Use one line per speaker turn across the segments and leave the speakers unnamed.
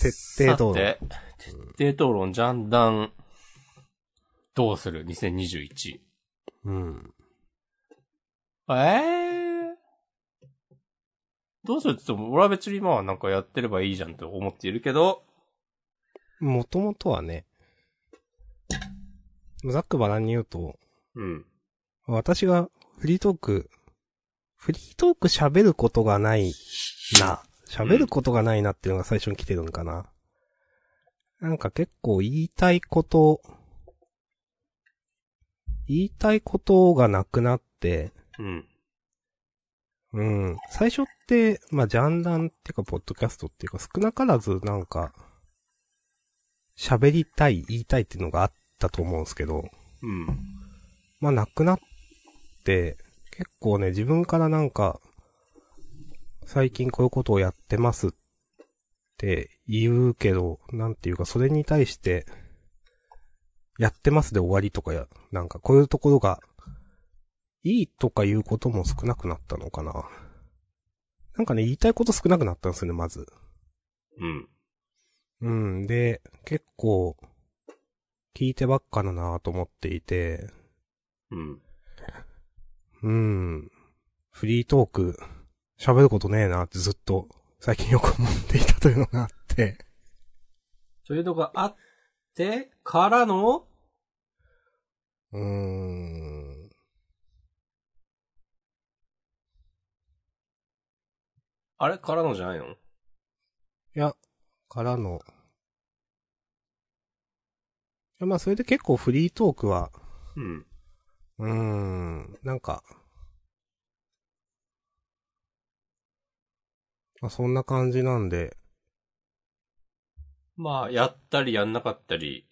徹底討論。
さて徹底討論、ジャンダン、どうする ?2021。
うん。
ええどうするって言っても、俺は別に今はなんかやってればいいじゃんって思っているけど、
もともとはね、ざっくばらんに言うと、
うん。
私がフリートーク、フリートーク喋ることがないな。喋ることがないなっていうのが最初に来てるんかな。なんか結構言いたいこと、言いたいことがなくなって、
うん。
うん。最初って、まあ、ジャンダンっていうか、ポッドキャストっていうか、少なからずなんか、喋りたい、言いたいっていうのがあったと思うんですけど、
うん。
まあ、なくなって、結構ね、自分からなんか、最近こういうことをやってますって言うけど、なんていうか、それに対して、やってますで終わりとかや、なんかこういうところが、いいとかいうことも少なくなったのかな。なんかね、言いたいこと少なくなったんですよね、まず。
うん。
うん、で、結構、聞いてばっかだなぁと思っていて、
うん。
うん。フリートーク、喋ることねえなってずっと最近よく思っていたというのがあって。
というのがあって、からの、
うーん。
あれからのじゃないの
いや、からの。いや、まあそれで結構フリートークは、
うん。
うーん、なんか、まあそんな感じなんで、
まあ、やったりやんなかったり、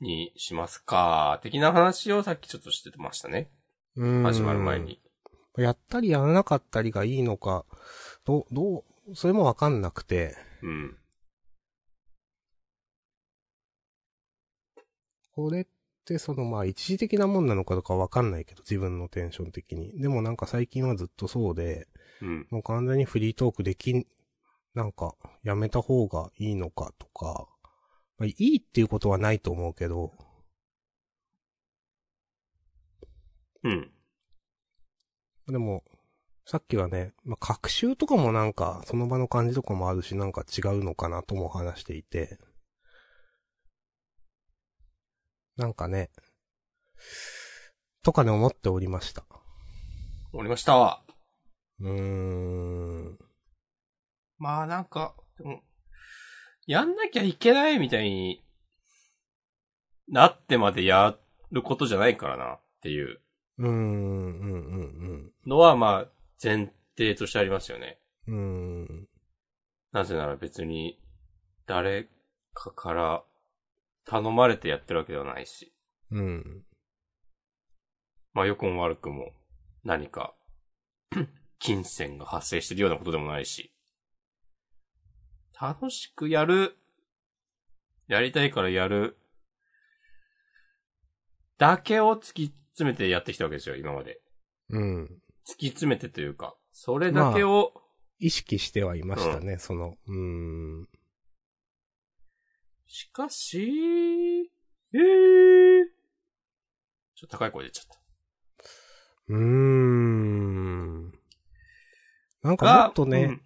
にしますか、的な話をさっきちょっとしてましたね。
うーん。
始まる前に。
やったりやらなかったりがいいのか、どう、どう、それもわかんなくて、
うん。
これってそのまあ一時的なもんなのかとかわかんないけど、自分のテンション的に。でもなんか最近はずっとそうで、
うん。
もう完全にフリートークできん、なんかやめた方がいいのかとか、まあ、いいっていうことはないと思うけど、
うん。
でも、さっきはね、まあ、学習とかもなんか、その場の感じとかもあるし、なんか違うのかなとも話していて。なんかね、とかね、思っておりました。
終わりましたわ。
うーん。
まあなんか、でも、やんなきゃいけないみたいになってまでやることじゃないからなっていう
うーん、うん、
のはまあ前提としてありますよね。
うん、うん。うーん。
なぜなら別に誰かから頼まれてやってるわけではないし、
うん。
まあ良くも悪くも何か 金銭が発生してるようなことでもないし、楽しくやる、やりたいからやる、だけを突き詰めてやってきたわけですよ、今まで。
うん。
突き詰めてというか、それだけを、
意識してはいましたね、その、うーん。
しかし、えー、ちょっと高い声出ちゃった。
うーん。なんかもっとね、
がうん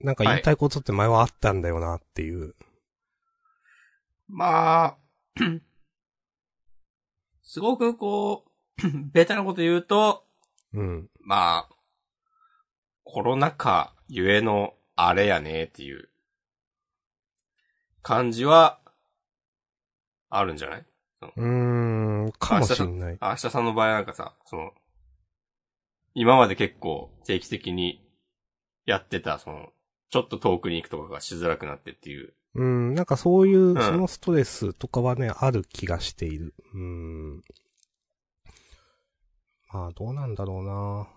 なんか言いたいことって前はあったんだよなっていう。
まあ、すごくこう、 ベタなこと言うと、
うん。
まあ、コロナ禍ゆえのあれやねっていう感じは、あるんじゃないう
ーん、かもしんない。
明日さんの場合なんかさ、その、今まで結構定期的にやってた、その、ちょっと遠くに行くとかがしづらくなってっていう。
うん、なんかそういう、
ん
そのストレスとかはね、ある気がしている。うーん。まあ、どうなんだろうな。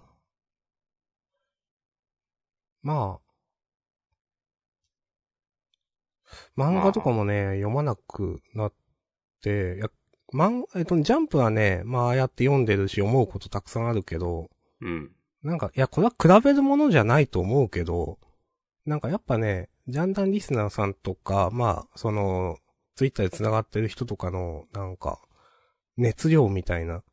まあ、漫画とかもね、読まなくなって、いや、漫画、えっと、ジャンプはね、まあ、ああやって読んでるし、思うことたくさんあるけど、
うん。
なんか、いや、これは比べるものじゃないと思うけど、なんかやっぱね、ジャンダンリスナーさんとか、まあ、その、ツイッターで繋がってる人とかの、なんか、熱量みたいな。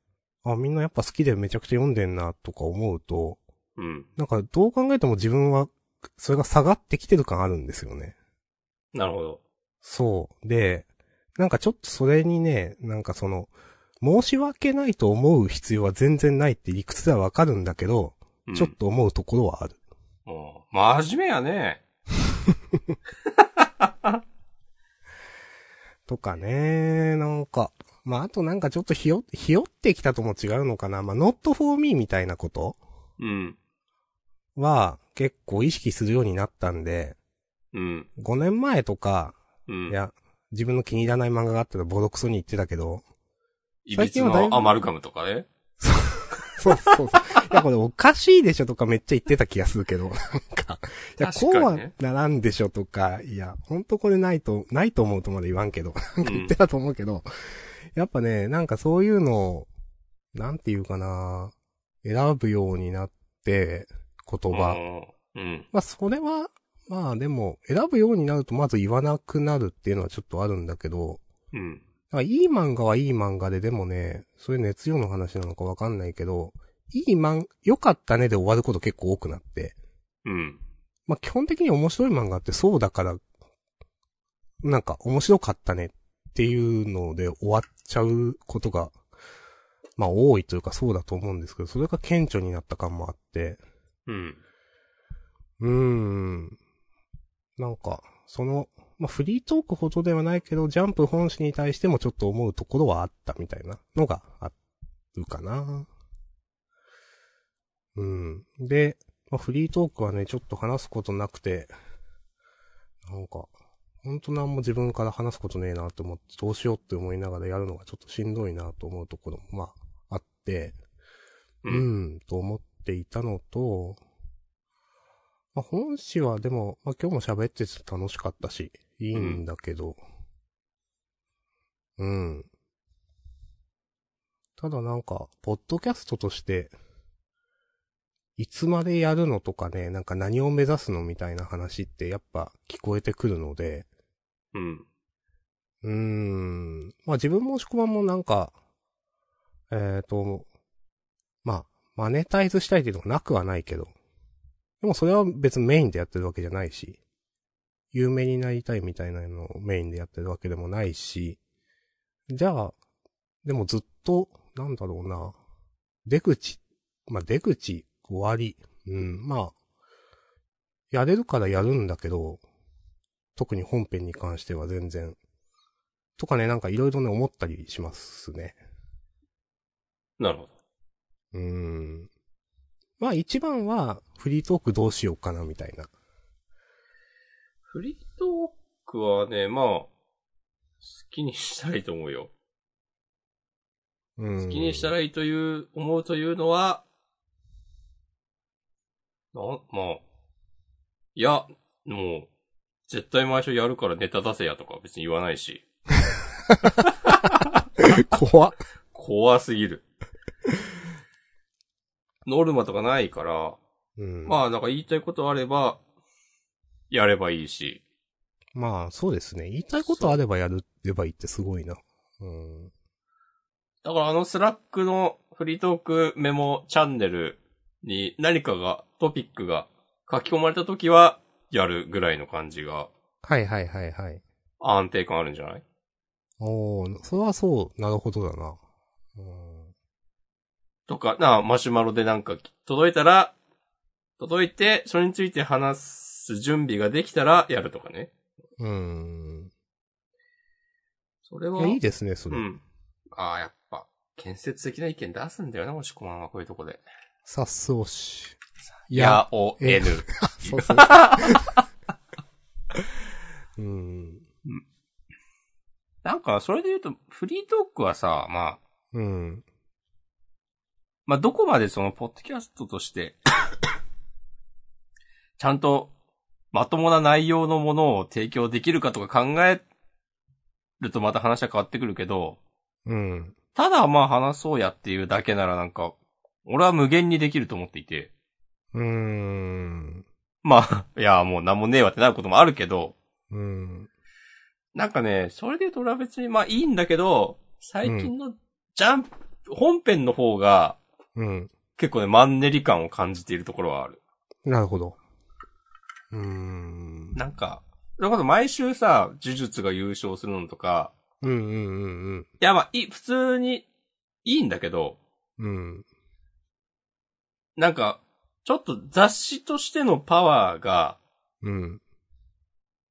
あ、みんなやっぱ好きでめちゃくちゃ読んでんな、とか思うと、
うん。
なんかどう考えても自分は、それが下がってきてる感あるんですよね。
なるほど。
そう。で、なんかちょっとそれにね、なんかその、申し訳ないと思う必要は全然ないって理屈ではわかるんだけど、
うん
ちょっと思うところはある。
もう、真面目やね。
とかね、なんか。まあ、あとなんかちょっとひよ、ひよってきたとも違うのかな。まあ、not for me みたいなこと
うん。
は結構意識するようになったんで、
うん。
5年前とか、
うん。
いや、自分の気に入らない漫画があったらボロクソに言ってたけど、
いび
最
つ
近はだいぶ
のアマルガムとかね。
そうそうそう。いや、これおかしいでしょとかめっちゃ言ってた気がするけど、なんか。いや、こ
確
う
か
は
にね
ならんでしょとか、いや、ほんとこれないと、ないと思うとまで言わんけど、
うん。
言ってたと思うけど、やっぱね、なんかそういうのを、なんていうかな、選ぶようになって、言葉。
うんうん。
まあ、それは、まあでも、選ぶようになるとまず言わなくなるっていうのはちょっとあるんだけど、
うん。
なんかいい漫画はいい漫画で、でもね、そういう熱量の話なのかわかんないけど、いい漫、良かったねで終わること結構多くなって、
うん。
まあ基本的に面白い漫画ってそうだから、なんか面白かったねっていうので終わっちゃうことが、まあ多いというかそうだと思うんですけど、それが顕著になった感もあって、
うん。
うーん。なんか、その、まあ、フリートークほどではないけど、ジャンプ本誌に対してもちょっと思うところはあったみたいなのがあるかな。うん。で、まあ、フリートークはね、ちょっと話すことなくて、なんか、ほんとなんも自分から話すことねえなと思って、どうしようって思いながらやるのがちょっとしんどいなと思うところも、まあ、あって、
う。
うんん、と思っていたのと、まあ、本誌はでも、まあ、今日も喋ってて楽しかったし、いいんだけど、うん。ただなんか、ポッドキャストとして、いつまでやるのとかね、なんか何を目指すのみたいな話ってやっぱ聞こえてくるので、
うん。
うーん。まあ自分もしこまんもなんか、えっ、と、まあ、マネタイズしたいっていうのがなくはないけど。でもそれは別にメインでやってるわけじゃないし、有名になりたいみたいなのをメインでやってるわけでもないし、じゃあ、でもずっと、なんだろうな、出口、まあ出口、終わり、うん、まあ、やれるからやるんだけど、特に本編に関しては全然、とかね、なんかいろいろね、思ったりしますね。
なるほど。
うーん。まあ一番は、フリートークどうしようかな、みたいな。
フリートークはね、まあ、好きにしたらいいと思うよ。
うーん。
好きにしたらいいという、思うというのは、なん、まあ、いや、もう、絶対毎週やるからネタ出せやとか別に言わないし、
怖っ。
怖すぎる。ノルマとかないから、
うん。まあ、
まあなんか言いたいことあれば、やればいいし、
そうですね。言いたいことあればやる、ればいいってすごいな。うん。
だからあのスラックのフリートークメモチャンネルに何かが、トピックが書き込まれた時は、やるぐらいの感じが
はいはいはいはい。
安定感あるんじゃない
おー、それはそう、なるほどだな。うん。
とか、なあ、マシュマロでなんか届いたら、届いて、それについて話す準備ができたらやるとかね。
うーん。
それ
い
は。
や、いいですね、それ。
うん。ああ、やっぱ、建設的な意見出すんだよな、もしこまんはこういうとこで。
さっそうし。い
いや、お、
え
えぬ。
そうそうそう。うん。
なんか、それで言うと、フリートークはさ、まあ、
うん。
まあ、どこまでその、ポッドキャストと して、ちゃんと、まともな内容のものを提供できるかとか考えるとまた話は変わってくるけど、
うん。
ただまあ話そうやっていうだけならなんか、俺は無限にできると思っていて、
うーん。
まあ、いや、もうなんもねえわってなることもあるけど、
うん。
なんかね、それで言うと俺は別にまあいいんだけど、最近のジャンプ、本編の方が
うん。
結構ね、マンネリ感を感じているところはある。
なるほど。うーん。
なんか、それこそ毎週さ、呪術が優勝するのとか、
うんうんうん
いやまあ、いい、普通にいいんだけど、
うん。うん。
なんか、ちょっと雑誌としてのパワーが
うん。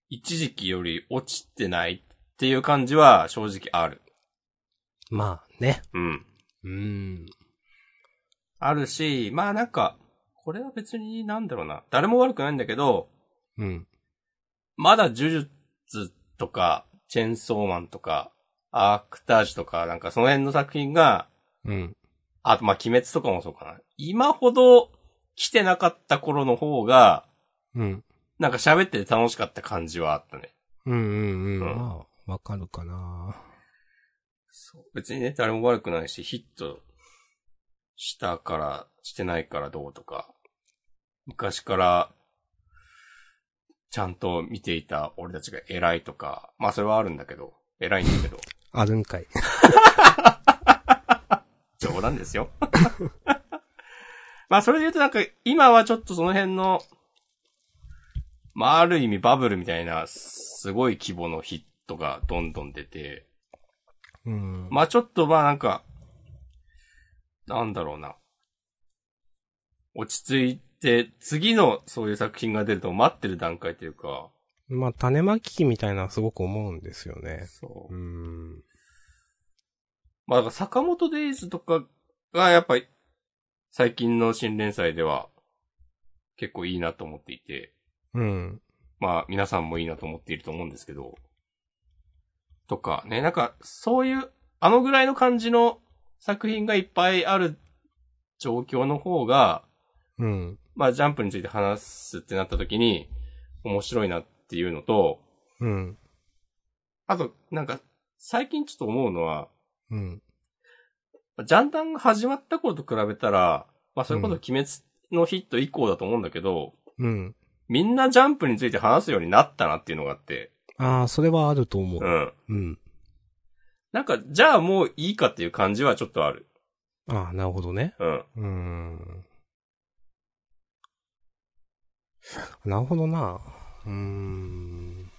一時期より落ちてないっていう感じは正直ある。
まあね。
うん。
うん。
あるし、まあなんか、これは別になんだろうな。誰も悪くないんだけど、
うん。
まだ呪術とか、チェンソーマンとか、アークタージュとか、なんかその辺の作品が、
うん。
あとまあ鬼滅とかもそうかな。今ほど来てなかった頃の方が、
うん。
なんか喋ってて楽しかった感じはあったね。
うんうんう
う
ん。
ん
まあ、わかるかな。
そう。別にね、誰も悪くないし、ヒットしたから、してないからどうとか、昔から、ちゃんと見ていた俺たちが偉いとか、まあそれはあるんだけど、偉いんだけど、
あるんかい。
冗談ですよ。 まあそれで言うとなんか、今はちょっとその辺の、まあある意味バブルみたいな、すごい規模のヒットがどんどん出て、
うん。
まあちょっとまあなんか、なんだろうな。落ち着いて、次のそういう作品が出ると待ってる段階というか、
まあ、種まき機みたいなのはすごく思うんですよね。
そう
う。ん。
まあだから坂本デイズとかがやっぱり、最近の新連載では、結構いいなと思っていて、
うん。
まあ皆さんもいいなと思っていると思うんですけど、とかね、なんかそういう、あのぐらいの感じの作品がいっぱいある状況の方が、
うん。
まあ、ジャンプについて話すってなった時に、面白いなっていうのと、
うん。
あと、なんか、最近ちょっと思うのは、
うん。
ジャンダンが始まった頃と比べたら、まあ、それこそ
うん
鬼滅のヒット以降だと思うんだけど、
うん。
みんなジャンプについて話すようになったなっていうのがあって、
ああ、それはあると思
う
う。
ん。
うん。
なんか、じゃあもういいかっていう感じはちょっとある。
ああ、なるほどね。
うん。
うーん。なるほどな。うーん。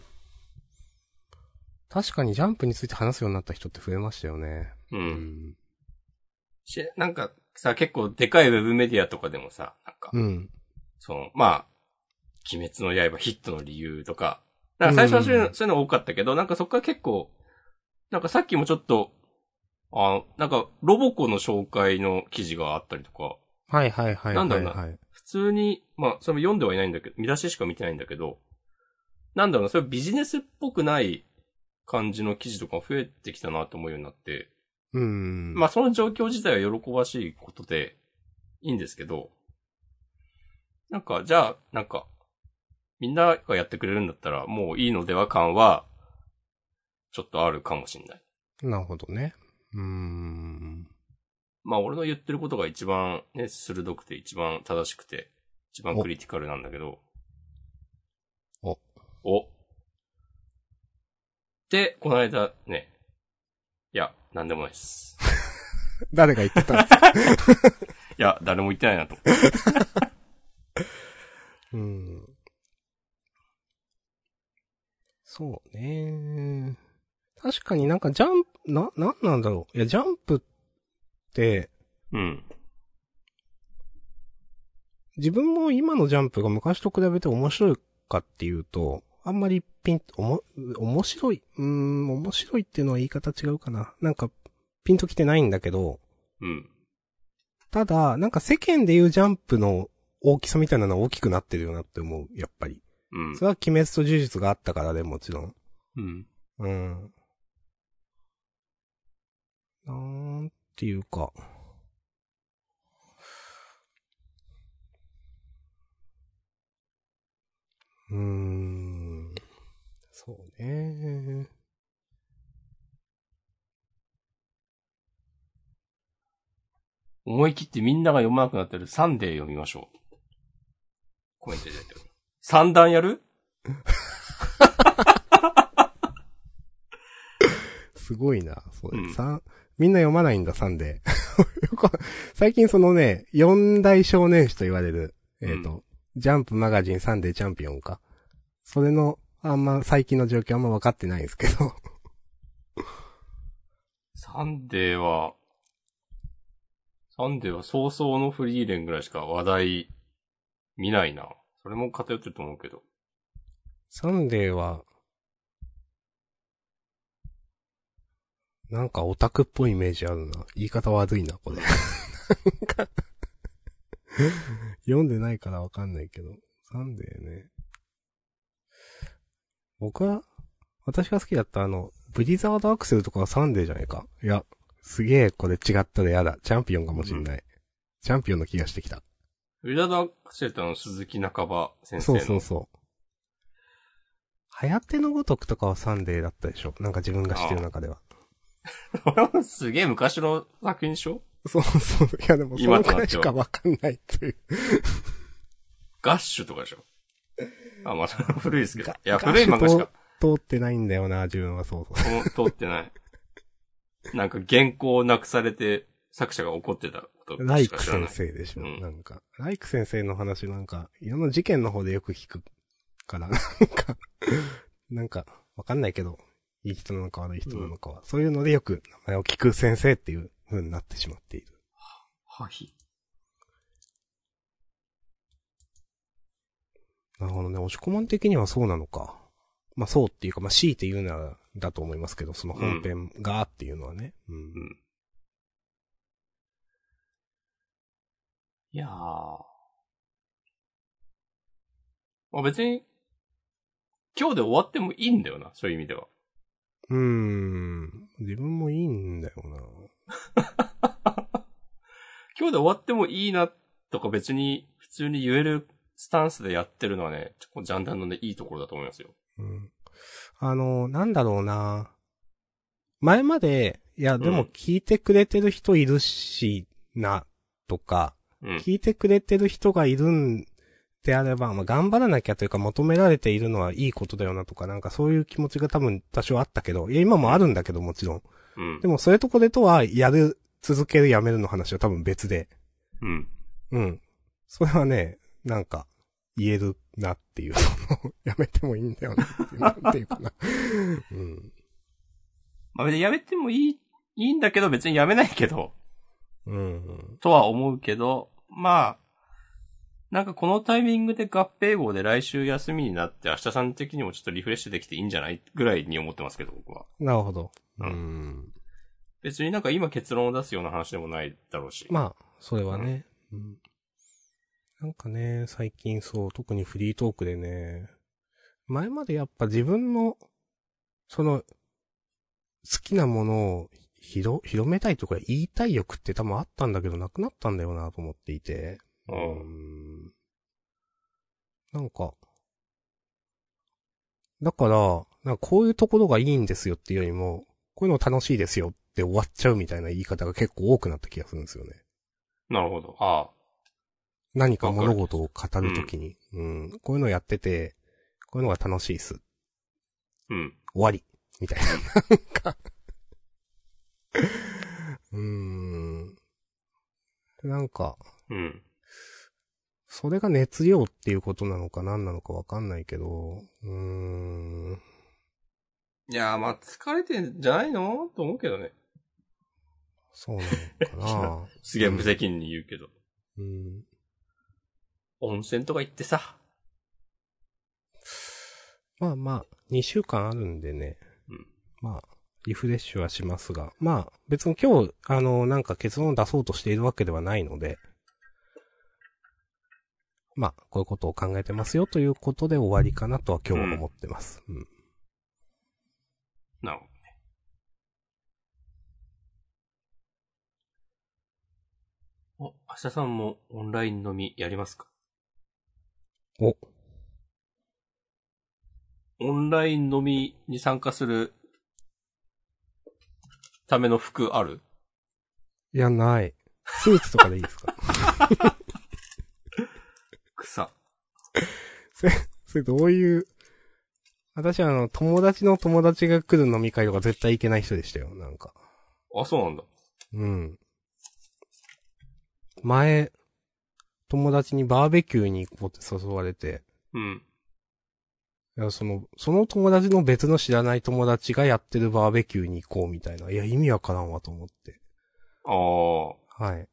確かにジャンプについて話すようになった人って増えましたよね。
う。
うんん。
しなんか、さ、結構でかいウェブメディアとかでもさ、なんか、
うん。
その、まあ、鬼滅の刃ヒットの理由とか、なんか最初はそういう
う
の、そういうの多かったけど、なんかそこから結構、なんかさっきもちょっと、あなんか、ロボコの紹介の記事があったりとか、
はいはいはいはい、はい。
なんだろうな普通に、まあ、それも読んではいないんだけど、見出ししか見てないんだけど、なんだろうな、それビジネスっぽくない感じの記事とか増えてきたなと思うようになって、
うん。
まあその状況自体は喜ばしいことでいいんですけど、なんかじゃあ、なんか、みんながやってくれるんだったらもういいのでは感は、ちょっとあるかもしんない。
なるほどね。うーん。
まあ俺の言ってることが一番ね、鋭くて一番正しくて、一番
お
クリティカルなんだけど。
お。
お。で、この間ね、いや、なんでもない です。
誰が言ってた ん
いや、誰も言ってないなと思って。
うん。そうね。確かになんかジャンプ、な、なんなんだろう。いや、ジャンプって、
うん。
自分も今のジャンプが昔と比べて面白いかっていうと、あんまりピン、おも、面白い。うーん、面白いっていうのは言い方違うかな。なんか、ピンときてないんだけど、
うん。
ただ、なんか世間でいうジャンプの大きさみたいなのは大きくなってるよなって思う、やっぱり。
うん
そ。れは鬼滅と呪術があったからでもちろん。
うん。
うん。なんていうか。うーん。そうね。
思い切ってみんなが読まなくなってるサンデー読みましょう。コメントいただいております三段やる
すごいな。そうれ、
ん
三、みんな読まないんだ、3で。よくわ 最近そのね、四大少年誌と言われる、えっ、と、ジャンプマガジンサンデーチャンピオンか。それの、あんま、最近の状況あんま分かってないんですけど。
サンデーは、サンデーは早々のフリーレンぐらいしか話題見ないな。それも偏ってると思うけど。
サンデーは、なんかオタクっぽいイメージあるな。言い方悪いな、これ。 なんか、読んでないからわかんないけど。サンデーね。僕は、私が好きだったあの、ブリザードアクセルとかはサンデーじゃないか。いや、すげえこれ違ったらやだ。チャンピオンかもしんない。チャンピオンの気がしてきた。
ウィザード・アクセルタの鈴木中場先生
そ
の。
うそうそう。流行ってのごとくとかはサンデーだったでしょなんか自分が知ってる中では。
う。 すげえ昔の作品でしょ
そうそう。いやでもそ
今
の
とな
く
っては
らいしかわかんないという。
ガッシュとかでしょあ、まあ、それは古いですけど。い
ガ
や、古い漫画しか
通ってないんだよな、自分はそうそう。
通ってない。なんか原稿をなくされて作者が怒ってたこと
ライ
しか
ク
知らない。
先生でしょ、
うん
なんか。ライク先生の話なんか、いろんな事件の方でよく聞くから、なんか、なんか、わかんないけど、いい人なのか悪い人なのかは、そういうのでよく名前を聞く先生っていう風になってしまっている。
はい。
なるほどね。押し込まん的にはそうなのか。まあそうっていうか、まあ強いて言うならだと思いますけど、その本編がっていうのはね。うん。
うんいやー。まあ別に、今日で終わってもいいんだよな、そういう意味では。
うーん。自分もいいんだよな。
今日で終わってもいいなとか別に普通に言えるスタンスでやってるのはね、ちょっとジャンダンのね、いいところだと思いますよ。
うん。あの、なんだろうな。前まで、いや、でも聞いてくれてる人いるし、な、とか、
うん。
聞いてくれてる人がいるんであれば、まあ、頑張らなきゃというか求められているのはいいことだよなとか、なんかそういう気持ちが多分多少あったけど、いや、今もあるんだけどもちろん。
うん
で。もそれとこれとは、やる、続ける、やめるの話は多分別で。
うん。
うん。それはね、なんか、言えるなっていう、その、やめてもいいんだよなっていう、なんていうかな。うん。
まあ別にやめてもいい、いいんだけど別にやめないけど、
うん。
とは思うけど、まあ、なんかこのタイミングで合併号で来週休みになって明日さん的にもちょっとリフレッシュできていいんじゃないぐらいに思ってますけど、僕は。
なるほど。
うん
ん。
別になんか今結論を出すような話でもないだろうし。
まあ、それはね。うん。なんかね、最近そう、特にフリートークでね、前までやっぱ自分の、その、好きなものを広、広めたいとか言いたい欲って多分あったんだけどなくなったんだよなと思っていて。
う
ー
ん
ん。なんか、だから、なんかこういうところがいいんですよっていうよりも、こういうの楽しいですよって終わっちゃうみたいな言い方が結構多くなった気がするんですよね。
なるほど。ああ。
何か物事を語るときに、うん、こういうのやってて、こういうのが楽しいっす。
うん。
終わり。みたいな。なんか。 うーん。なんか、
うん。
それが熱量っていうことなのか何なのかわかんないけど、うーん。
いやー、まあ疲れてんじゃないのと思うけどね。
そうなのか な
すげえ無責任に言うけど。
うん。
温泉とか行ってさ。
まあまあ、2週間あるんでね。
うん
まあ、リフレッシュはしますが。まあ、別に今日、あの、なんか結論を出そうとしているわけではないので。まあ、こういうことを考えてますよということで終わりかなとは今日は思ってます。うん。
なるほどね。お、明日さんもオンライン飲みやりますか
お、
オンライン飲みに参加するための服ある
いや、ない。スーツとかでいいですか
草。
それどういう、私はあの、友達の友達が来る飲み会とか絶対行けない人でしたよ、なんか。
あ、そうなんだ。
うん。前、友達にバーベキューに行こうって誘われて、
うん。
いや、その、その友達の別の知らない友達がやってるバーベキューに行こうみたいな。いや、意味わからんわと思って。
ああ。
はい。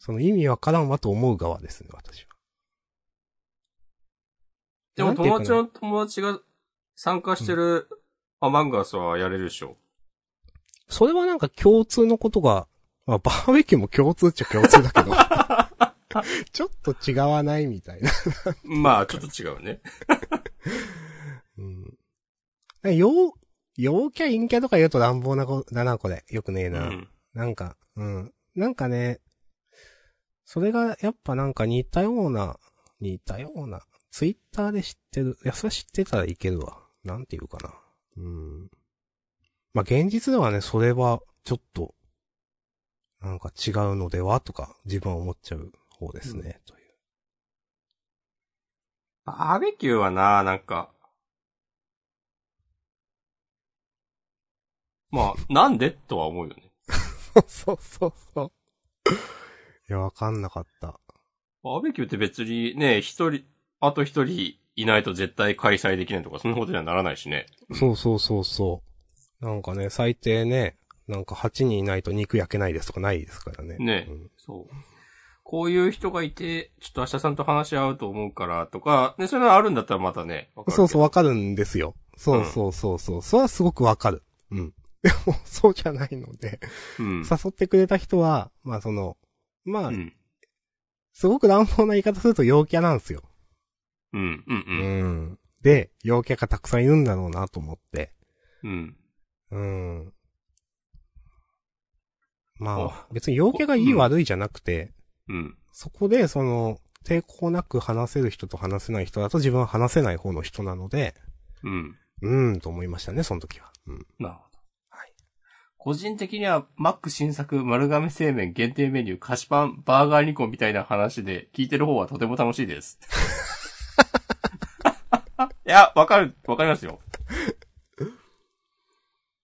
その意味わからんわと思う側ですね、私は。
でも
なんていう
友
かな
達の友達が参加してるアマンガスはやれるでしょ。
それはなんか共通のことが、まあ、バーベキューも共通っちゃ共通だけど。ちょっと違わないみたいな。
まあ、ちょっと違うね。
うん。陽、陽キャ陰キャとか言うと乱暴な子だな、これ。よくねえ
う
な。
ん。
なんか、うん。なんかね、それがやっぱなんか似たような、似たような、ツイッターで知ってる、いや、それは知ってたらいけるわ。なんていうかな。うん。まあ、現実ではね、それは、ちょっと、なんか違うのではとか、自分は思っちゃう方ですね、という。
バーベキューはな、なんか。まあ、なんでとは思うよね。
そう そうそう。いや、わかんなかった。
バーベキューって別にね、一人、あと一人いないと絶対開催できないとか、そんなことにはならないしね。
そうそうそうそう。なんかね、最低ね、なんか8人いないと肉焼けないですとかないですからね。
ね
うん
そう。こういう人がいて、ちょっと明日さんと話し合うと思うからとか、ね、そういうのあるんだったらまたね、わかるけ
そ
ど
うそう、わかるんですよ。そうそうそうそう。それはすごくわかる。うん。 でも、そうじゃないので、
うん。
誘ってくれた人は、まあその、まあ
う、ん。
すごく乱暴な言い方すると陽キャなんですよ。
うん。う。
うんん。で、陽キャがたくさんいるんだろうなと思って。
うん。
うん。まあ
あ、
別に陽キャがいい
うん
悪いじゃなくて、
うん。
そこで、その、抵抗なく話せる人と話せない人だと自分は話せない方の人なので、
うん。
うーん、と思いましたね、その時は。うん。
なるほど。
はい。
個人的には、マック新作丸亀製麺限定メニュー、菓子パン、バーガー2個みたいな話で、聞いてる方はとても楽しいです。 いや、わかる、わかりますよ。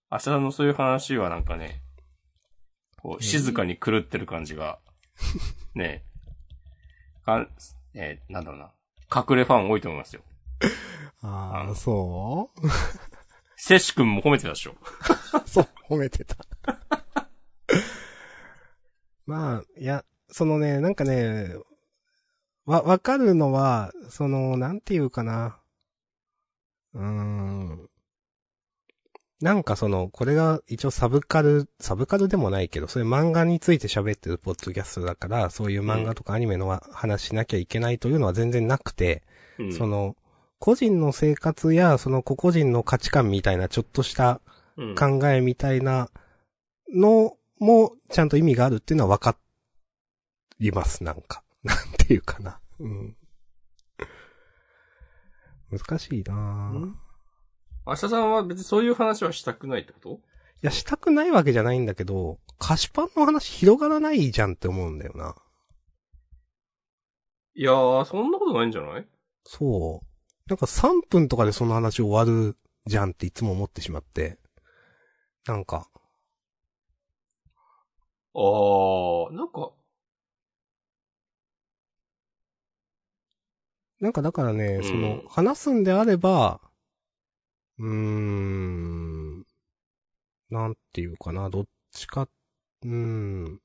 明日のそういう話はなんかね、こう、静かに狂ってる感じが、ねえ、かん、えーなんだろうな、隠れファン多いと思いますよ。
あ
あ
あ、
の
そう
セシ君も褒めてたでしょ。
そう、褒めてた。まあ、いや、そのね、なんかね、わ、わかるのは、その、なんていうかな。うーん。なんかその、これが一応サブカル、サブカルでもないけど、そういう漫画について喋ってるポッドキャストだから、そういう漫画とかアニメのは話しなきゃいけないというのは全然なくて、
うん
その、個人の生活や、その個々人の価値観みたいな、ちょっとした
うん
考えみたいなのも、ちゃんと意味があるっていうのは分かります、なんか。 なんていうかな。うん。難しいなぁ。い
明日さんは別にそういう話はしたくないってこと
や、したくないわけじゃないんだけど、菓子パンの話広がらないじゃんって思うんだよな。
いやー、そんなことないんじゃない
そう。なんか3分とかでその話終わるじゃんっていつも思ってしまって。なんか、
あー、なんか、
なんかだからね、
うん
その、話すんであれば、うーん、なんていうかな、どっちか、うーん。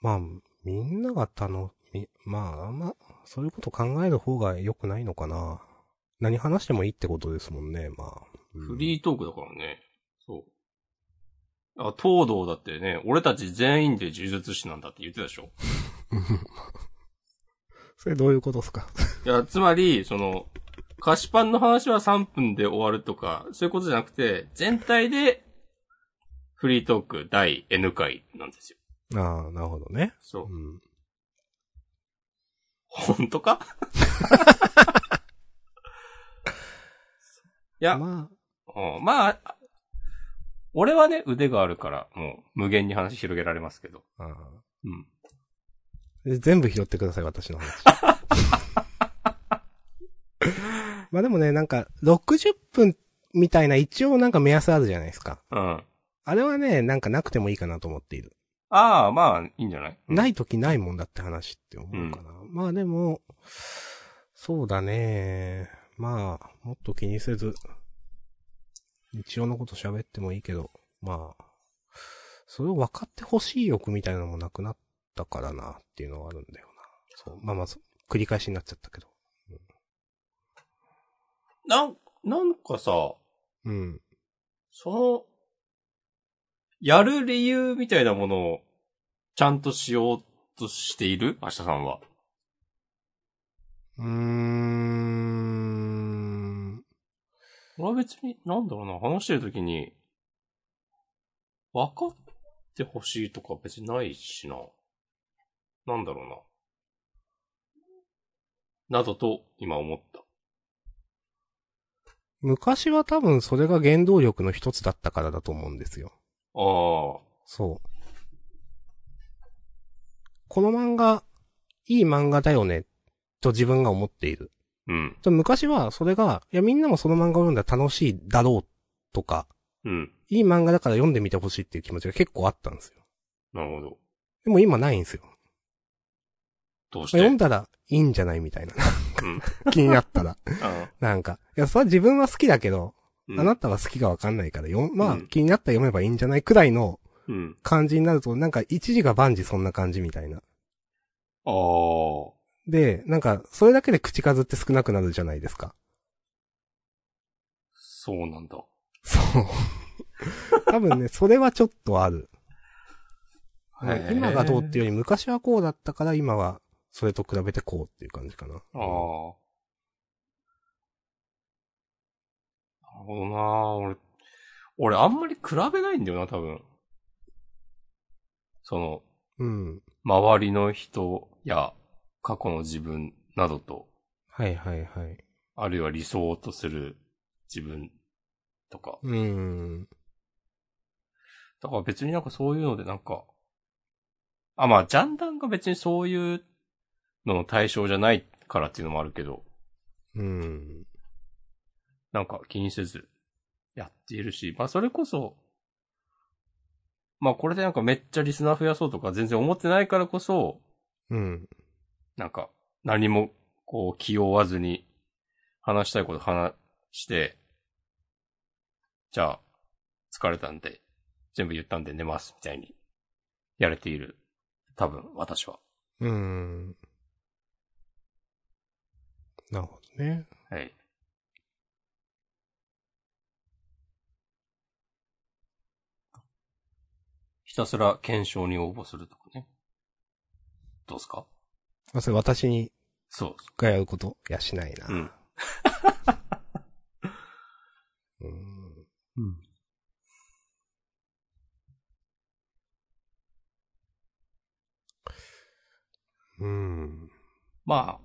まあ、みんなが楽、み、まあ、あんま、そういうこと考える方が良くないのかな。何話してもいいってことですもんね、まあ。
フ
ー
リートークだからね。そう。あ、東堂だってね、俺たち全員で呪術師なんだって言ってたでしょ
それどういうことですか
いや、つまり、その、菓子パンの話は3分で終わるとか、そういうことじゃなくて、全体で、フリートーク第 N 回なんですよ。
ああ、なるほどね。
そう
う。ん。
本当かいや、
まあ、
うんまあ、俺はね、腕があるから、もう、無限に話広げられますけど。
ああ
うん。
全部拾ってください、私の話。まあでもね、なんか、60分みたいな一応なんか目安あるじゃないですか。
うん。あ
あれはね、なんかなくてもいいかなと思っている。
あ、まあ、いいんじゃない。
ないい時ないもんだって話って思うかな。まあでも、そうだね。まあ、もっと気にせず、日曜のこと喋ってもいいけど、まあ、それを分かってほしい欲みたいなのもなくなったからなっていうのはあるんだよな。そう。まあまあ、そう繰り返しになっちゃったけど。
なん、なんかさ、
うん。
その、やる理由みたいなものを、ちゃんとしようとしている明日さんは。
うーん。
俺は別に、なんだろうな、話してるときに、分かってほしいとか別にないしな。なんだろうな。などと、今思った。
昔は多分それが原動力の一つだったからだと思うんですよ。
ああ、
そう。この漫画、いい漫画だよね、と自分が思っている。
うん、
でも昔はそれが、いやみんなもその漫画を読んだら楽しいだろうとか、
うん、
いい漫画だから読んでみてほしいっていう気持ちが結構あったんですよ。
なるほど。
でも今ないんですよ。
どうして
読んだらいいんじゃないみたいな。
うん、
気になったら。
あ
なんか。いや、それは自分は好きだけど、
うん
あなたは好きがわかんないから、よんまあ、
うん
気になったら読めばいいんじゃないくらいの
うん。
感じになると、なんか一時が万事そんな感じみたいな。
ああ、
で、なんか、それだけで口数って少なくなるじゃないですか。
そうなんだ。
そう。多分ね、それはちょっとある。
へえ
今がどうっていうより、昔はこうだったから、今は、それと比べてこうっていう感じか
あ
な。
あ。なるほどな俺、俺あんまり比べないんだよな、多分。その、
うん。
周りの人や過去の自分などと、
はいはいはい。
あるいは理想とする自分とか。
うん。
だから別になんかそういうのでなんか、あ、まあ、ジャンダンが別にそういうのの対象じゃないからっていうのもあるけど、
うん。
なんか気にせずやっているし、まあそれこそ、まあこれでなんかめっちゃリスナー増やそうとか全然思ってないからこそ、
うん。
なんか何もこう気負わずに話したいこと話して、じゃあ疲れたんで全部言ったんで寝ますみたいにやれている。多分私は。
うん。なるほどね。
はい。ひたすら検証に応募するとかね。どうすか
あ、それ私に
そう。
がやることいやしないな。
うん。
うん
うん。
うん。
ま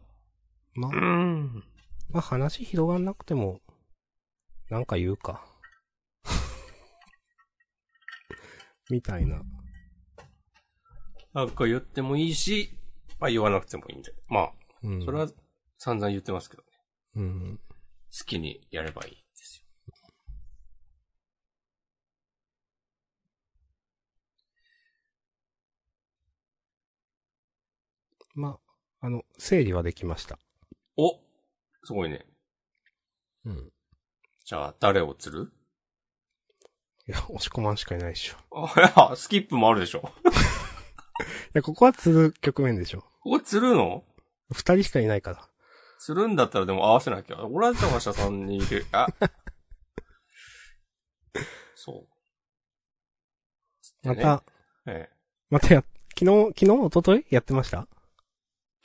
まあ
あ、う、ん。
まあ話広がんなくても、なんか言うか。 みたいな。
なんか言ってもいいし、まあ言わなくてもいいんで。ま
う
あ、
ん。
それは、散々言ってますけどね。
うん。
好きにやればいいですよ。
まあ、あの、整理はできました。
おすごいね。
うん。
じゃあ、誰を釣る
いや、押し込まんしかいないでしょ。
あ、 いや、スキップもあるでしょ。
いや、ここは釣る局面でしょ。
ここ釣るの
二人しかいないから。
するんだったらでも合わせなきゃ。俺はじゃあ橋田さんにいる。あ。 そう。つって
ま
ね
た、
ええ、
またや、昨日、昨日、一昨日やってました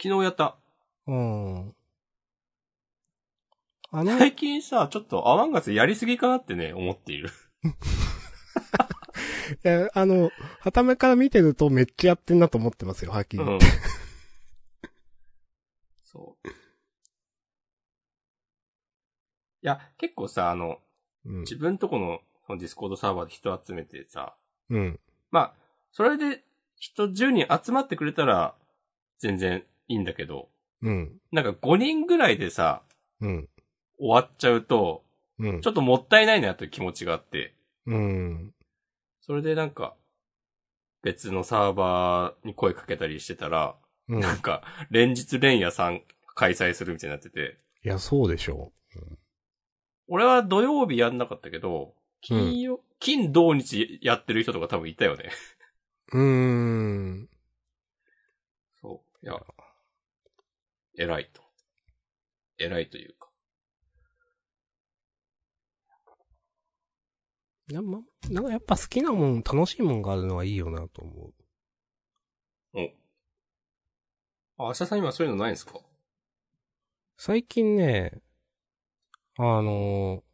昨日やった。
うん。あの、
最近さ、ちょっとアワンガスやりすぎかなってね、思っている。
いや、あの、はためから見てるとめっちゃやってんなと思ってますよ、はっき
う
り。
ん。そう。いや、結構さ、あの、
うん。
自分とこの、そのディスコードサーバーで人集めてさ、
うん。
まあ、それで人10人集まってくれたら、全然いいんだけど、
うん。
なんか5人ぐらいでさ、
うん。
終わっちゃうと、
うん
ち。ょっともったいないなという気持ちがあって、
うん。
それでなんか、別のサーバーに声かけたりしてたら、
うん。い
なんか、連日連夜さん開催するみたいになってて、
や、そうでしょ
俺は土曜日やんなかったけど、金曜、金土日やってる人とか多分いたよね。
う。うーん。
そう。いや、偉いと。偉いというか。
なま、なんかやっぱ好きなもん、楽しいもんがあるのはいいよなと思
お。あ、明日さん今そういうのないんですか
う。最近ね、あのーい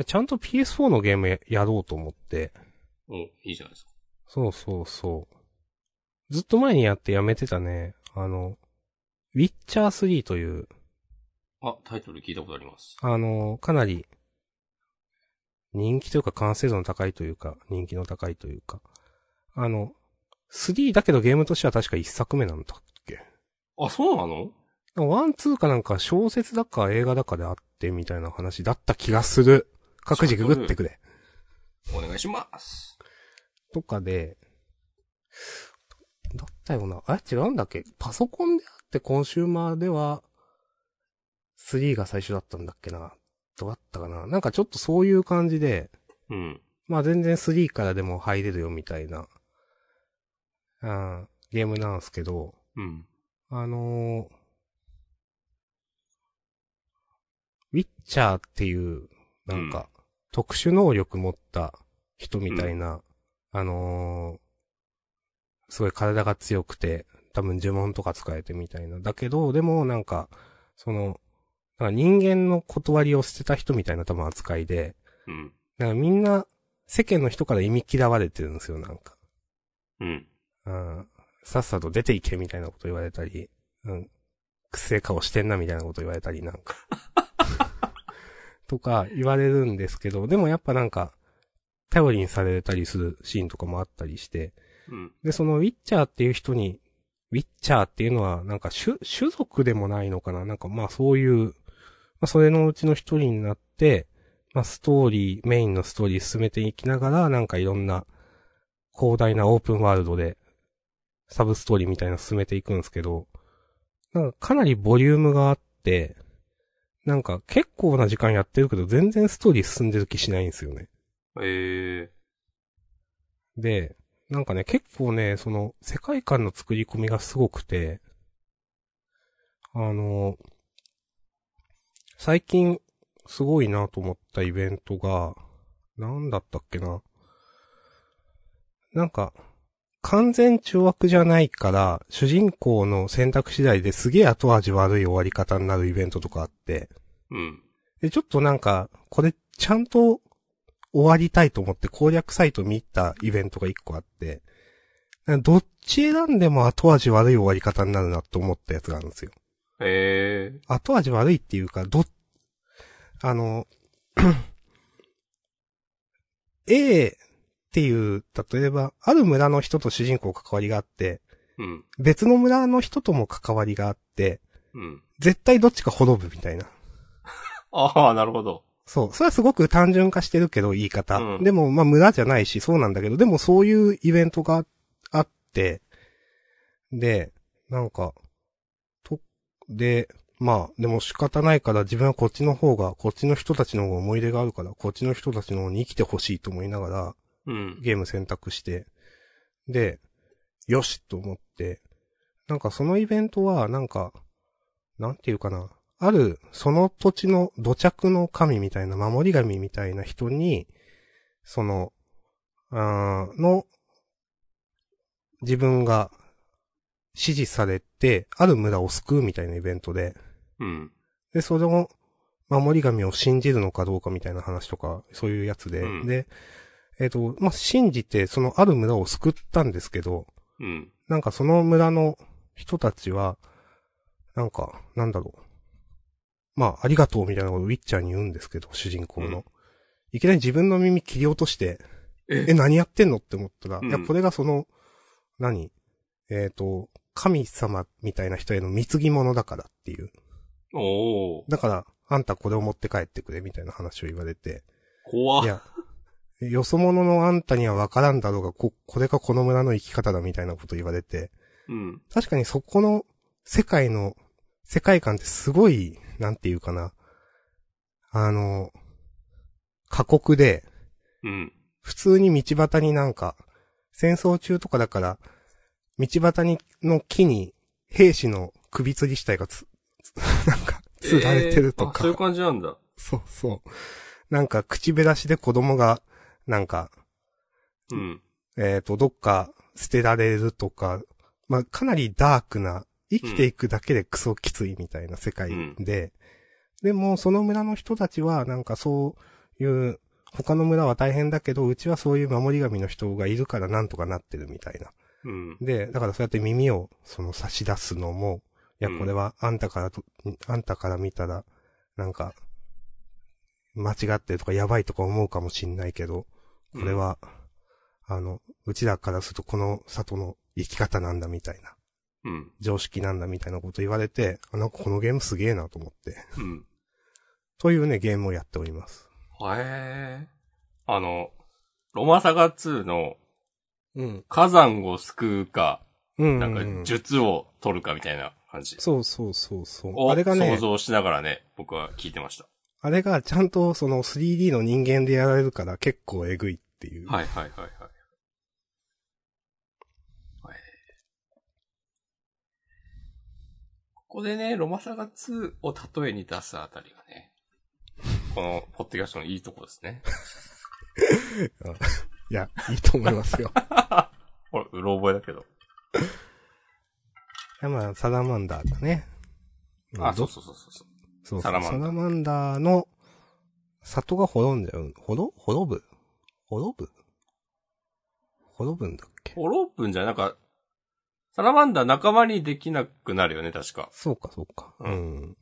やちゃんと PS4 のゲームややろうと思って。
お、いいじゃないですか。
そうそうそう。ずっと前にやってやめてたね。あの、ウィッチャー3という、
あ、タイトル聞いたことあります。
あの、かなり、人気というか完成度の高いというか、人気の高いというか、あの、3だけどゲームとしては確か1作目なんだっけ。
あ、そうなの
ワン、ツーかなんか小説だか映画だかであってみたいな話だった気がする。各自ググってくれ。
お願いします。
とかで、だったよな。あれ違うんだっけパソコンであってコンシューマーでは、3が最初だったんだっけな。どうだったかな。なんかちょっとそういう感じで、
うん。
まあ全然3からでも入れるよみたいな、あーゲームなんですけど、
うん。
あのーウィッチャーっていう、なん
うん
か、特殊能力持った人みたいな、あのーすごい体が強くて、多分呪文とか使えてみたいな。だけど、でもなんか、その、なんか人間の断りを捨てた人みたいな多分扱いで、
うん。
なんかみんな、世間の人から意味嫌われてるんですよ、なんか。
うん。
うんさっさと出ていけみたいなこと言われたり、うん、くせえ顔してんなみたいなこと言われたりなんか。 とか言われるんですけど、でもやっぱなんか、頼りにされたりするシーンとかもあったりして、
うん。
で、そのウィッチャーっていう人に、ウィッチャーっていうのはなんか種、種族でもないのかななんかまあそういう、まあそれのうちの一人になって、まあストーリー、メインのストーリー進めていきながら、なんかいろんな広大なオープンワールドで、サブストーリーみたいなの進めていくんですけど、なんかかなりボリュームがあって、なんか結構な時間やってるけど、全然ストーリー進んでる気しないんですよね。
ええ
で、なんかね、結構ね、その、世界観の作り込みがすごくて、あの、最近、すごいなと思ったイベントが、なんだったっけな。なんか、完全懲悪じゃないから、主人公の選択次第ですげえ後味悪い終わり方になるイベントとかあって、
うん。
で、ちょっとなんか、これちゃんと終わりたいと思って攻略サイト見たイベントが一個あって、どっち選んでも後味悪い終わり方になるなと思ったやつがあるんですよ。
ええ
後味悪いっていうか、ど、あの、A っていう、例えば、ある村の人と主人公関わりがあって、
うん。
別の村の人とも関わりがあって、
うん。
絶対どっちか滅ぶみたいな。
ああ、なるほど。
そう。それはすごく単純化してるけど、言い方。
うん
でも、まあ、村じゃないし、そうなんだけど、でもそういうイベントがあって、で、なんか、と、で、まあ、でも仕方ないから自分はこっちの方が、こっちの人たちの方が思い出があるから、こっちの人たちの方に生きてほしいと思いながら、
うん。
ゲーム選択して、で、よしと思って、なんかそのイベントは、なんか、なんていうかな、ある、その土地の土着の神みたいな、守り神みたいな人に、その、あーの、自分が指示されて、ある村を救うみたいなイベントで、
うん。
で、その、守り神を信じるのかどうかみたいな話とか、そういうやつで、
うん
で、えっ、と、まあ、信じて、そのある村を救ったんですけど、
うん。
なんかその村の人たちは、なんか、なんだろう。まあ、ありがとうみたいなことをウィッチャーに言うんですけど、主人公の。
うん
いきなり自分の耳切り落として、
え
え、何やってんのって思ったら、
うん
いや、これがその、何えっ、と、神様みたいな人への貢ぎ物だからっていう。
おお。
だから、あんたこれを持って帰ってくれ、みたいな話を言われて。
怖っ。
いや、よそ者のあんたにはわからんだろうが、こ、これがこの村の生き方だ、みたいなこと言われて。
うん。
確かにそこの世界の、世界観ってすごい、なんていうかな。あの、過酷で、
うん。
普通に道端になんか、戦争中とかだから、道端にの木に兵士の首吊り死体がつ、 つなんか、吊られてると
えーあ
か、
そういう感じなんだ。
そうそう。なんか、口べらしで子供が、なんか、
うん。
えっ、と、どっか捨てられるとか、まあ、かなりダークな、生きていくだけでクソきついみたいな世界で、でも、その村の人たちは、なんかそういう、他の村は大変だけど、うちはそういう守り神の人がいるからなんとかなってるみたいな。
うん。
で、だからそうやって耳をその差し出すのも、いや、
うん
これはあんたからと、あんたから見たら、なんか、間違ってるとかやばいとか思うかもしんないけど、これは、あの、うちらからするとこの里の生き方なんだみたいな、
うん。
常識なんだみたいなこと言われて、あなんかこのゲームすげえなと思って、
うん。
というね、ゲームをやっております。
へえ。あの、ロマサガ2の
うん。
火山を救うか、
うん。
なんか術を取るかみたいな感じ。
そうそうそうそう。
を
あれがね
想、像しながらね、僕は聞いてました。
あれがちゃんとその 3D の人間でやられるから結構えぐいっていう。
はいはいはいはい。はいここでね、ロマサガ2を例えに出すあたりがね、このポッドキャストのいいとこですね。
いや、いいと 思いますよ。
これ、うろ覚えだけど。
いやまあ、サラマンダーだね。
あ、そう
そ
そうそうそう
そう
サラマンダー
サラマンダーの、里が滅んじゃう。滅滅ぶ滅ぶ滅ぶんだっけ
う。滅ぶんじゃないなんか、サラマンダー仲間にできなくなるよね、確か。
そうか、そうか。
う
うん。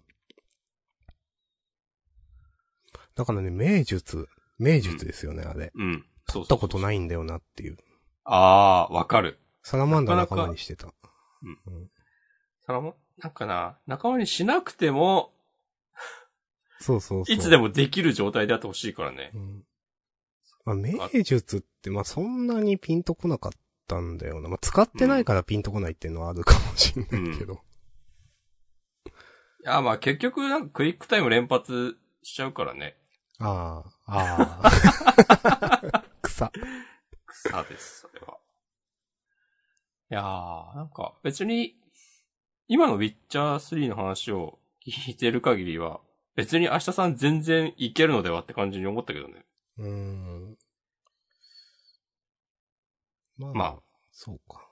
だからね、名術、名術ですよね、あれ。や
うん。そうそうそう
ったことないんだよなっていう。
ああ、わかる。
サラマンダー
なか
仲
なか
間にしてた。
サラマン、なんかな、仲間にしなくても、
そうそうそう。
いつで
も。
もできる状態であってほしいからね。
うん。まあ、名術って、まあ、そんなにピンとこなかったんだよな。まあ、使ってないからピンとこないっていうのはあるかもしんないけど。
いや、まあ結局、なんかクイックタイム連発しちゃうからね。
ああ、ああ。 草。
草です、それは。いやー、なんか別に、今のウィッチャー3の話を聞いてる限りは、別に明日さん全然いけるのではって感じに思ったけどね。
うーん。まあ、
まあ
そうか。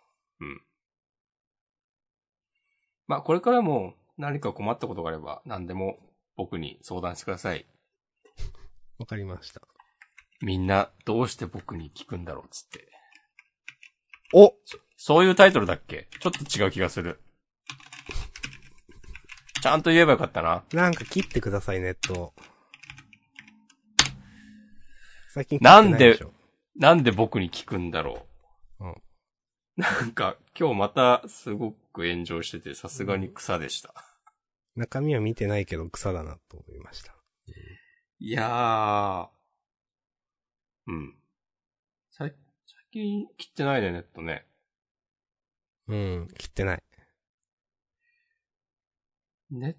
まあこれからも何か困ったことがあれば何でも僕に相談してください。
わかりました。
みんなどうして僕に聞くんだろうっつって。
お
そういうタイトルだっけちょっと違う気がする。ちゃんと言えばよかったな。
なんか切ってください、ネットを。最近
なんで
切ってないしょ
なんで僕に聞くんだろう。
うん
なんか、今日またすごく炎上してて、さすがに草でした。
中身は見てないけど草だなと思いました。
いやー。うん。最最近切ってないね、ネットね。
うん、切ってない。
ね、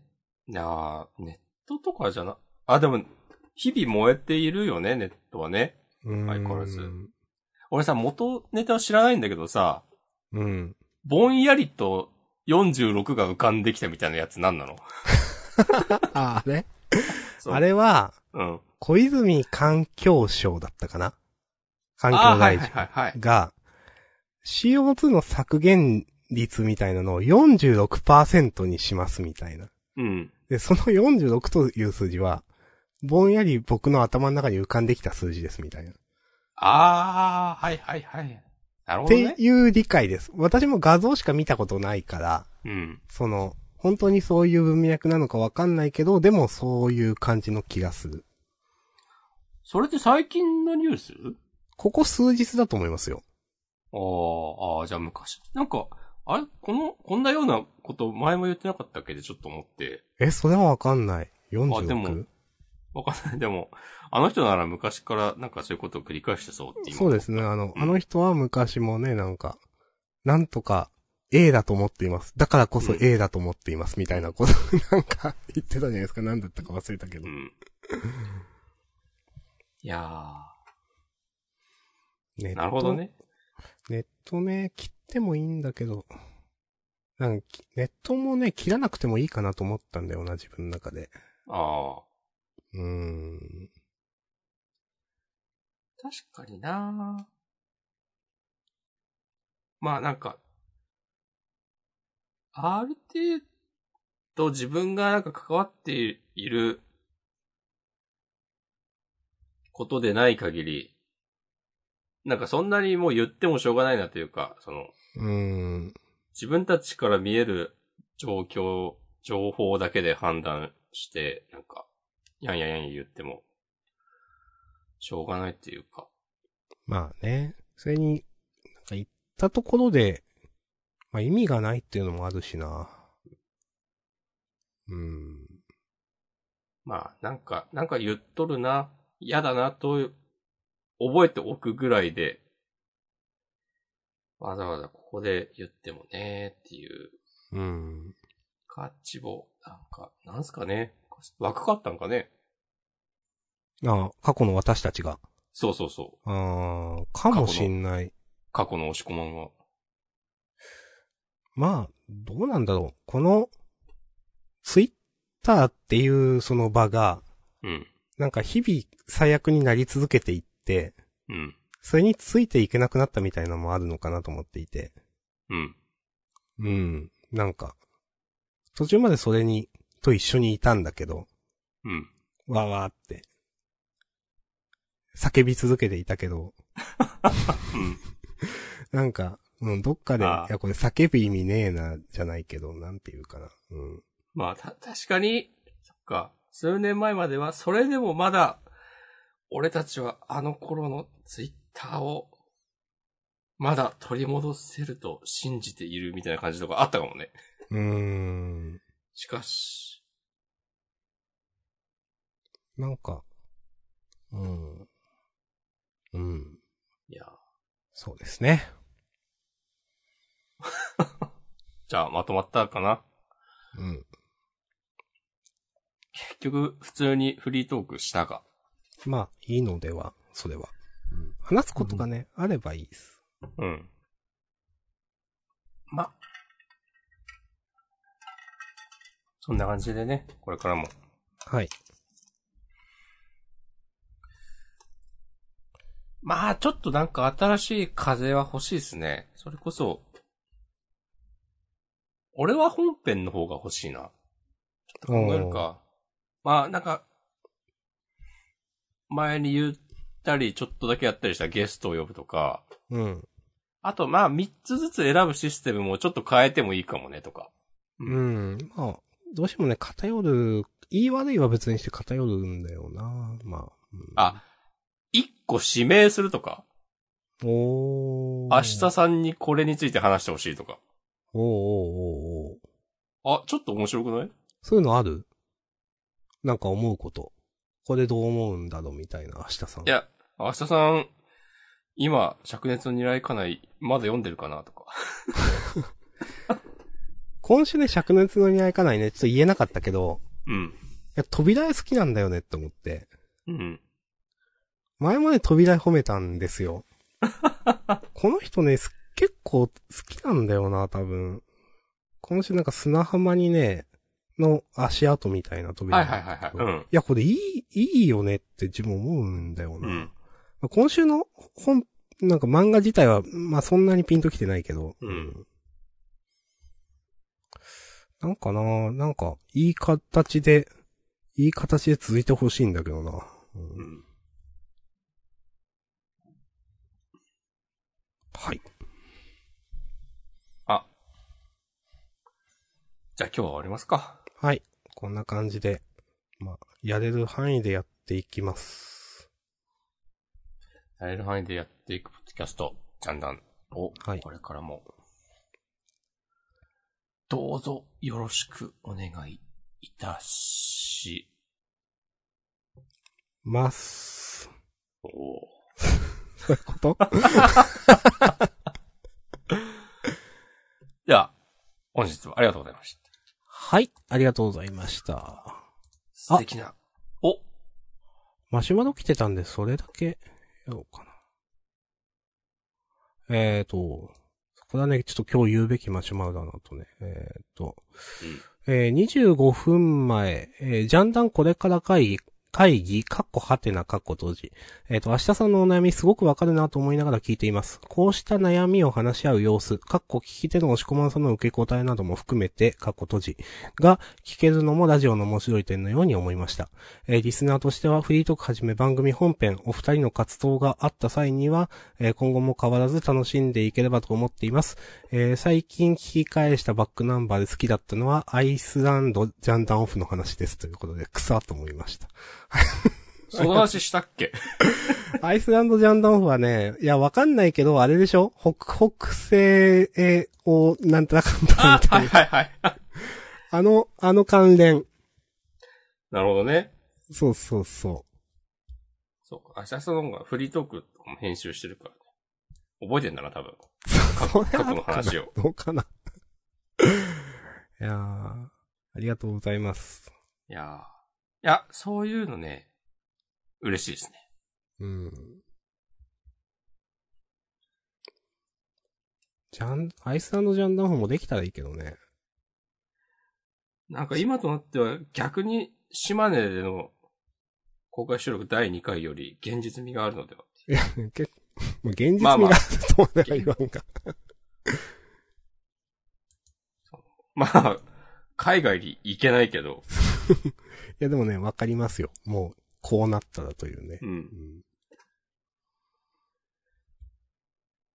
いやー、ネットとかじゃな、あ、でも、日々燃えているよね、ネットはね。
うーん。
相変わらず俺さ、元ネタを知らないんだけどさ、
うん。
ぼんやりと46が浮かんできたみたいなやつ何なの
あ、あれ
そう
あれは、
うん。
小泉環境省だったかな環境
あーは
大
い
臣。
はいはい、はい。
が、CO2 の削減率みたいなのを46%にしますみたいな。
うん。
で、その46という数字は、ぼんやり僕の頭の中に浮かんできた数字ですみたいな。
ああ、はいはいはい。なるほ
っ
ど
て
ね。
いう理解です。私も画像しか見たことないから、
うん。
その、本当にそういう文脈なのかわかんないけど、でもそういう感じの気がする。
それって最近のニュース
ここ数日だと思いますよ。
あーあー、じゃあ昔。なんか、あれこの、こんなようなこと前も言ってなかったっけでちょっと思って。
え、それはわかんない。 40億
あでもわかんない。でも、あの人なら昔からなんかそういうことを繰り返してそうって今
そうですね。あの、あの人は昔もね、なんか、なんとか A だと思っています。だからこそ
うん
A だと思っています。みたいなこと、 なんか言ってたじゃないですか。なんだったか忘れたけど
う。 ん。いや
ネッ
ー、
ト
なるほど。ね。
ネットね、切ってもいいんだけど、なんか、きネットもね、切らなくてもいいかなと思ったんだよな、自分の中で。
ああ。
うーん。
確かになまあなんか、ある程度自分がなんか関わっていることでない限り、なんかそんなにもう言ってもしょうがないなというか、その、
うーん。
自分たちから見える状況、情報だけで判断して、なんか、やんやんやんやん言っても、しょうがないっていうか。
まあね。それに、なんか行ったところで、まあ意味がないっていうのもあるしな。うーん。
まあ、なんか、なんか言っとるな、嫌だなと、覚えておくぐらいで、わざわざここで言ってもね、っていう、
うん。
カッチボ、なんか、なんすかね。若かったんかね。
あ過去の私たちが。
そうそうそう。
ああ、かもしんない。
過去の押し込まんは。
まあ、どうなんだろう。この、ツイッターっていうその場が、
うん。
なんか日々最悪になり続けていって、
うん。
それについていけなくなったみたいなのもあるのかなと思っていて。
うん。
うん。なんか、途中までそれに、と一緒にいたんだけど、
うん。
わーわーって、叫び続けていたけど、
うん。
なんか、うん、どっかで、い
ああ
や、これ叫ぶ意味ねえな、じゃないけど、なんていうかな。うん。
まあ、た、確かに、そっか、数年前までは、それでもまだ、俺たちはあの頃のツイッターを、まだ取り戻せると信じているみたいな感じとかあったかもね。
うーん。
しかし、
なんか、うん。うん。
いや、
そうですね。
じゃあまとまったかな
うん。
結局、普通にフリートークしたが。
まあ、いいのでは、それは。うん、話すことがね、あればいいです。
うん。ま、そんな感じでね、これからも。
はい。
まあ、ちょっとなんか新しい風は欲しいですね。それこそ、俺は本編の方が欲しいな。ちょっと考えるか。まあ、なんか、前に言ったり、ちょっとだけやったりしたゲストを呼ぶとか、
うん。
あとまあ、3つずつ選ぶシステムもちょっと変えてもいいかもね、とか。
うん。まあ、どうしてもね、偏る、言い悪いは別にして偏るんだよな。まあ。
あ、1個指名するとか、
うん、おー。
明日さんにこれについて話してほしいとか。
おーおーおーおー
あ、ちょっと面白くない
そういうのあるなんか思うこと。これどう思うんだろうみたいな、明日さん。
いや、明日さん、今、灼熱の二来かない、まだ読んでるかなとか。
今週ね、灼熱の似合いかないね、ちょっと言えなかったけど、
うん。
いや、扉絵好きなんだよねって思って。
うん。
前まで扉絵褒めたんですよ。 この人ね、す結構好きなんだよな、多分。今週なんか砂浜にね、の足跡みたいな扉。
はいはいはいはい。うん。
いや、これいい、いいよねって自分思うんだよな。
うん
まあ今週の本、なんか漫画自体は、まあそんなにピンときてないけど。
うん
なんかな、なんか、いい形で、いい形で続いてほしいんだけどな。うん
うん。
はい。
あ。じゃあ今日は終わりますか。
はい。こんな感じで、まあ、やれる範囲でやっていきます。
やれる範囲でやっていくポッドキャスト、ジャンダンを、
はい
これからも、どうぞよろしくお願いいたし
ます。
おお
そういうこと
じゃあ、本日はありがとうございました。
はい。ありがとうございました。
素敵な。お
マシュマロ来てたんで、それだけ、やろうかな。えーと、これはね、ちょっと今日言うべきマシュマロだなとね。えーと、えー25分前、えージャンダンこれから会議、会議、かっこはてな、かっこ閉じ。えーと、明日さんのお悩みすごくわかるなと思いながら聞いています。こうした悩みを話し合う様子、かっこ聞き手の押し込まんさんの受け答えなども含めて、かっこ閉じ。が、聞けるのもラジオの面白い点のように思いました。えーリスナーとしてはフリートークはじめ番組本編、お二人の活動があった際には、えー今後も変わらず楽しんでいければと思っています。えー最近聞き返したバックナンバーで好きだったのは、アイスランドジャンダンオフの話ですということで、くさと思い ました。
その話したっけ
アイスランドジャンダンオフはね、いや、わかんないけど、あれでしょ北北西へをなんとなかんたら
あ
み、た
はいい
な。
はいはい。
あの、あの関連。
なるほどね。
そうそうそう。
そうか。明日さんの方がフリートークも編集してるから、ね。覚えてんだな、多分。
それ
過去
ある
の
かな
話を。
どうかな。いやー、ありがとうございます。
いやーいや、そういうのね、嬉しいですね。
うん。ジャン、アイスランドジャンダンフもできたらいいけどね。
なんか今となっては逆に島根での公開収録第2回より現実味があるのでは。
いや、結構、もう現実味
ま
があ
あまあ
るとまでは言わんが。
まあ、海外に行けないけど、
いや、でもね、わかりますよ。もう、こうなったらというね
う。。
うんん。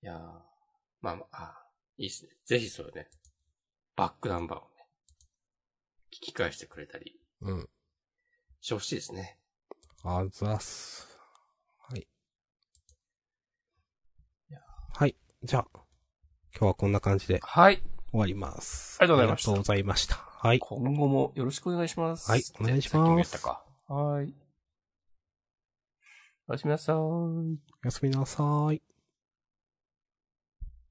いやーまあまあ、あーいいですね。ぜひそれね、バックナンバーをね、聞き返してくれたり
うん。
してほしいですね。
あざっす。はい
いや。
はい。じゃあ、今日はこんな感じで。
はい。
終わります。
ありがとうございました
ありがとうございました。はい。
今後もよろしくお願いします。
はいお願いします
さっきも言ったか。はい。おやすみなさーい。
おやすみなさーい。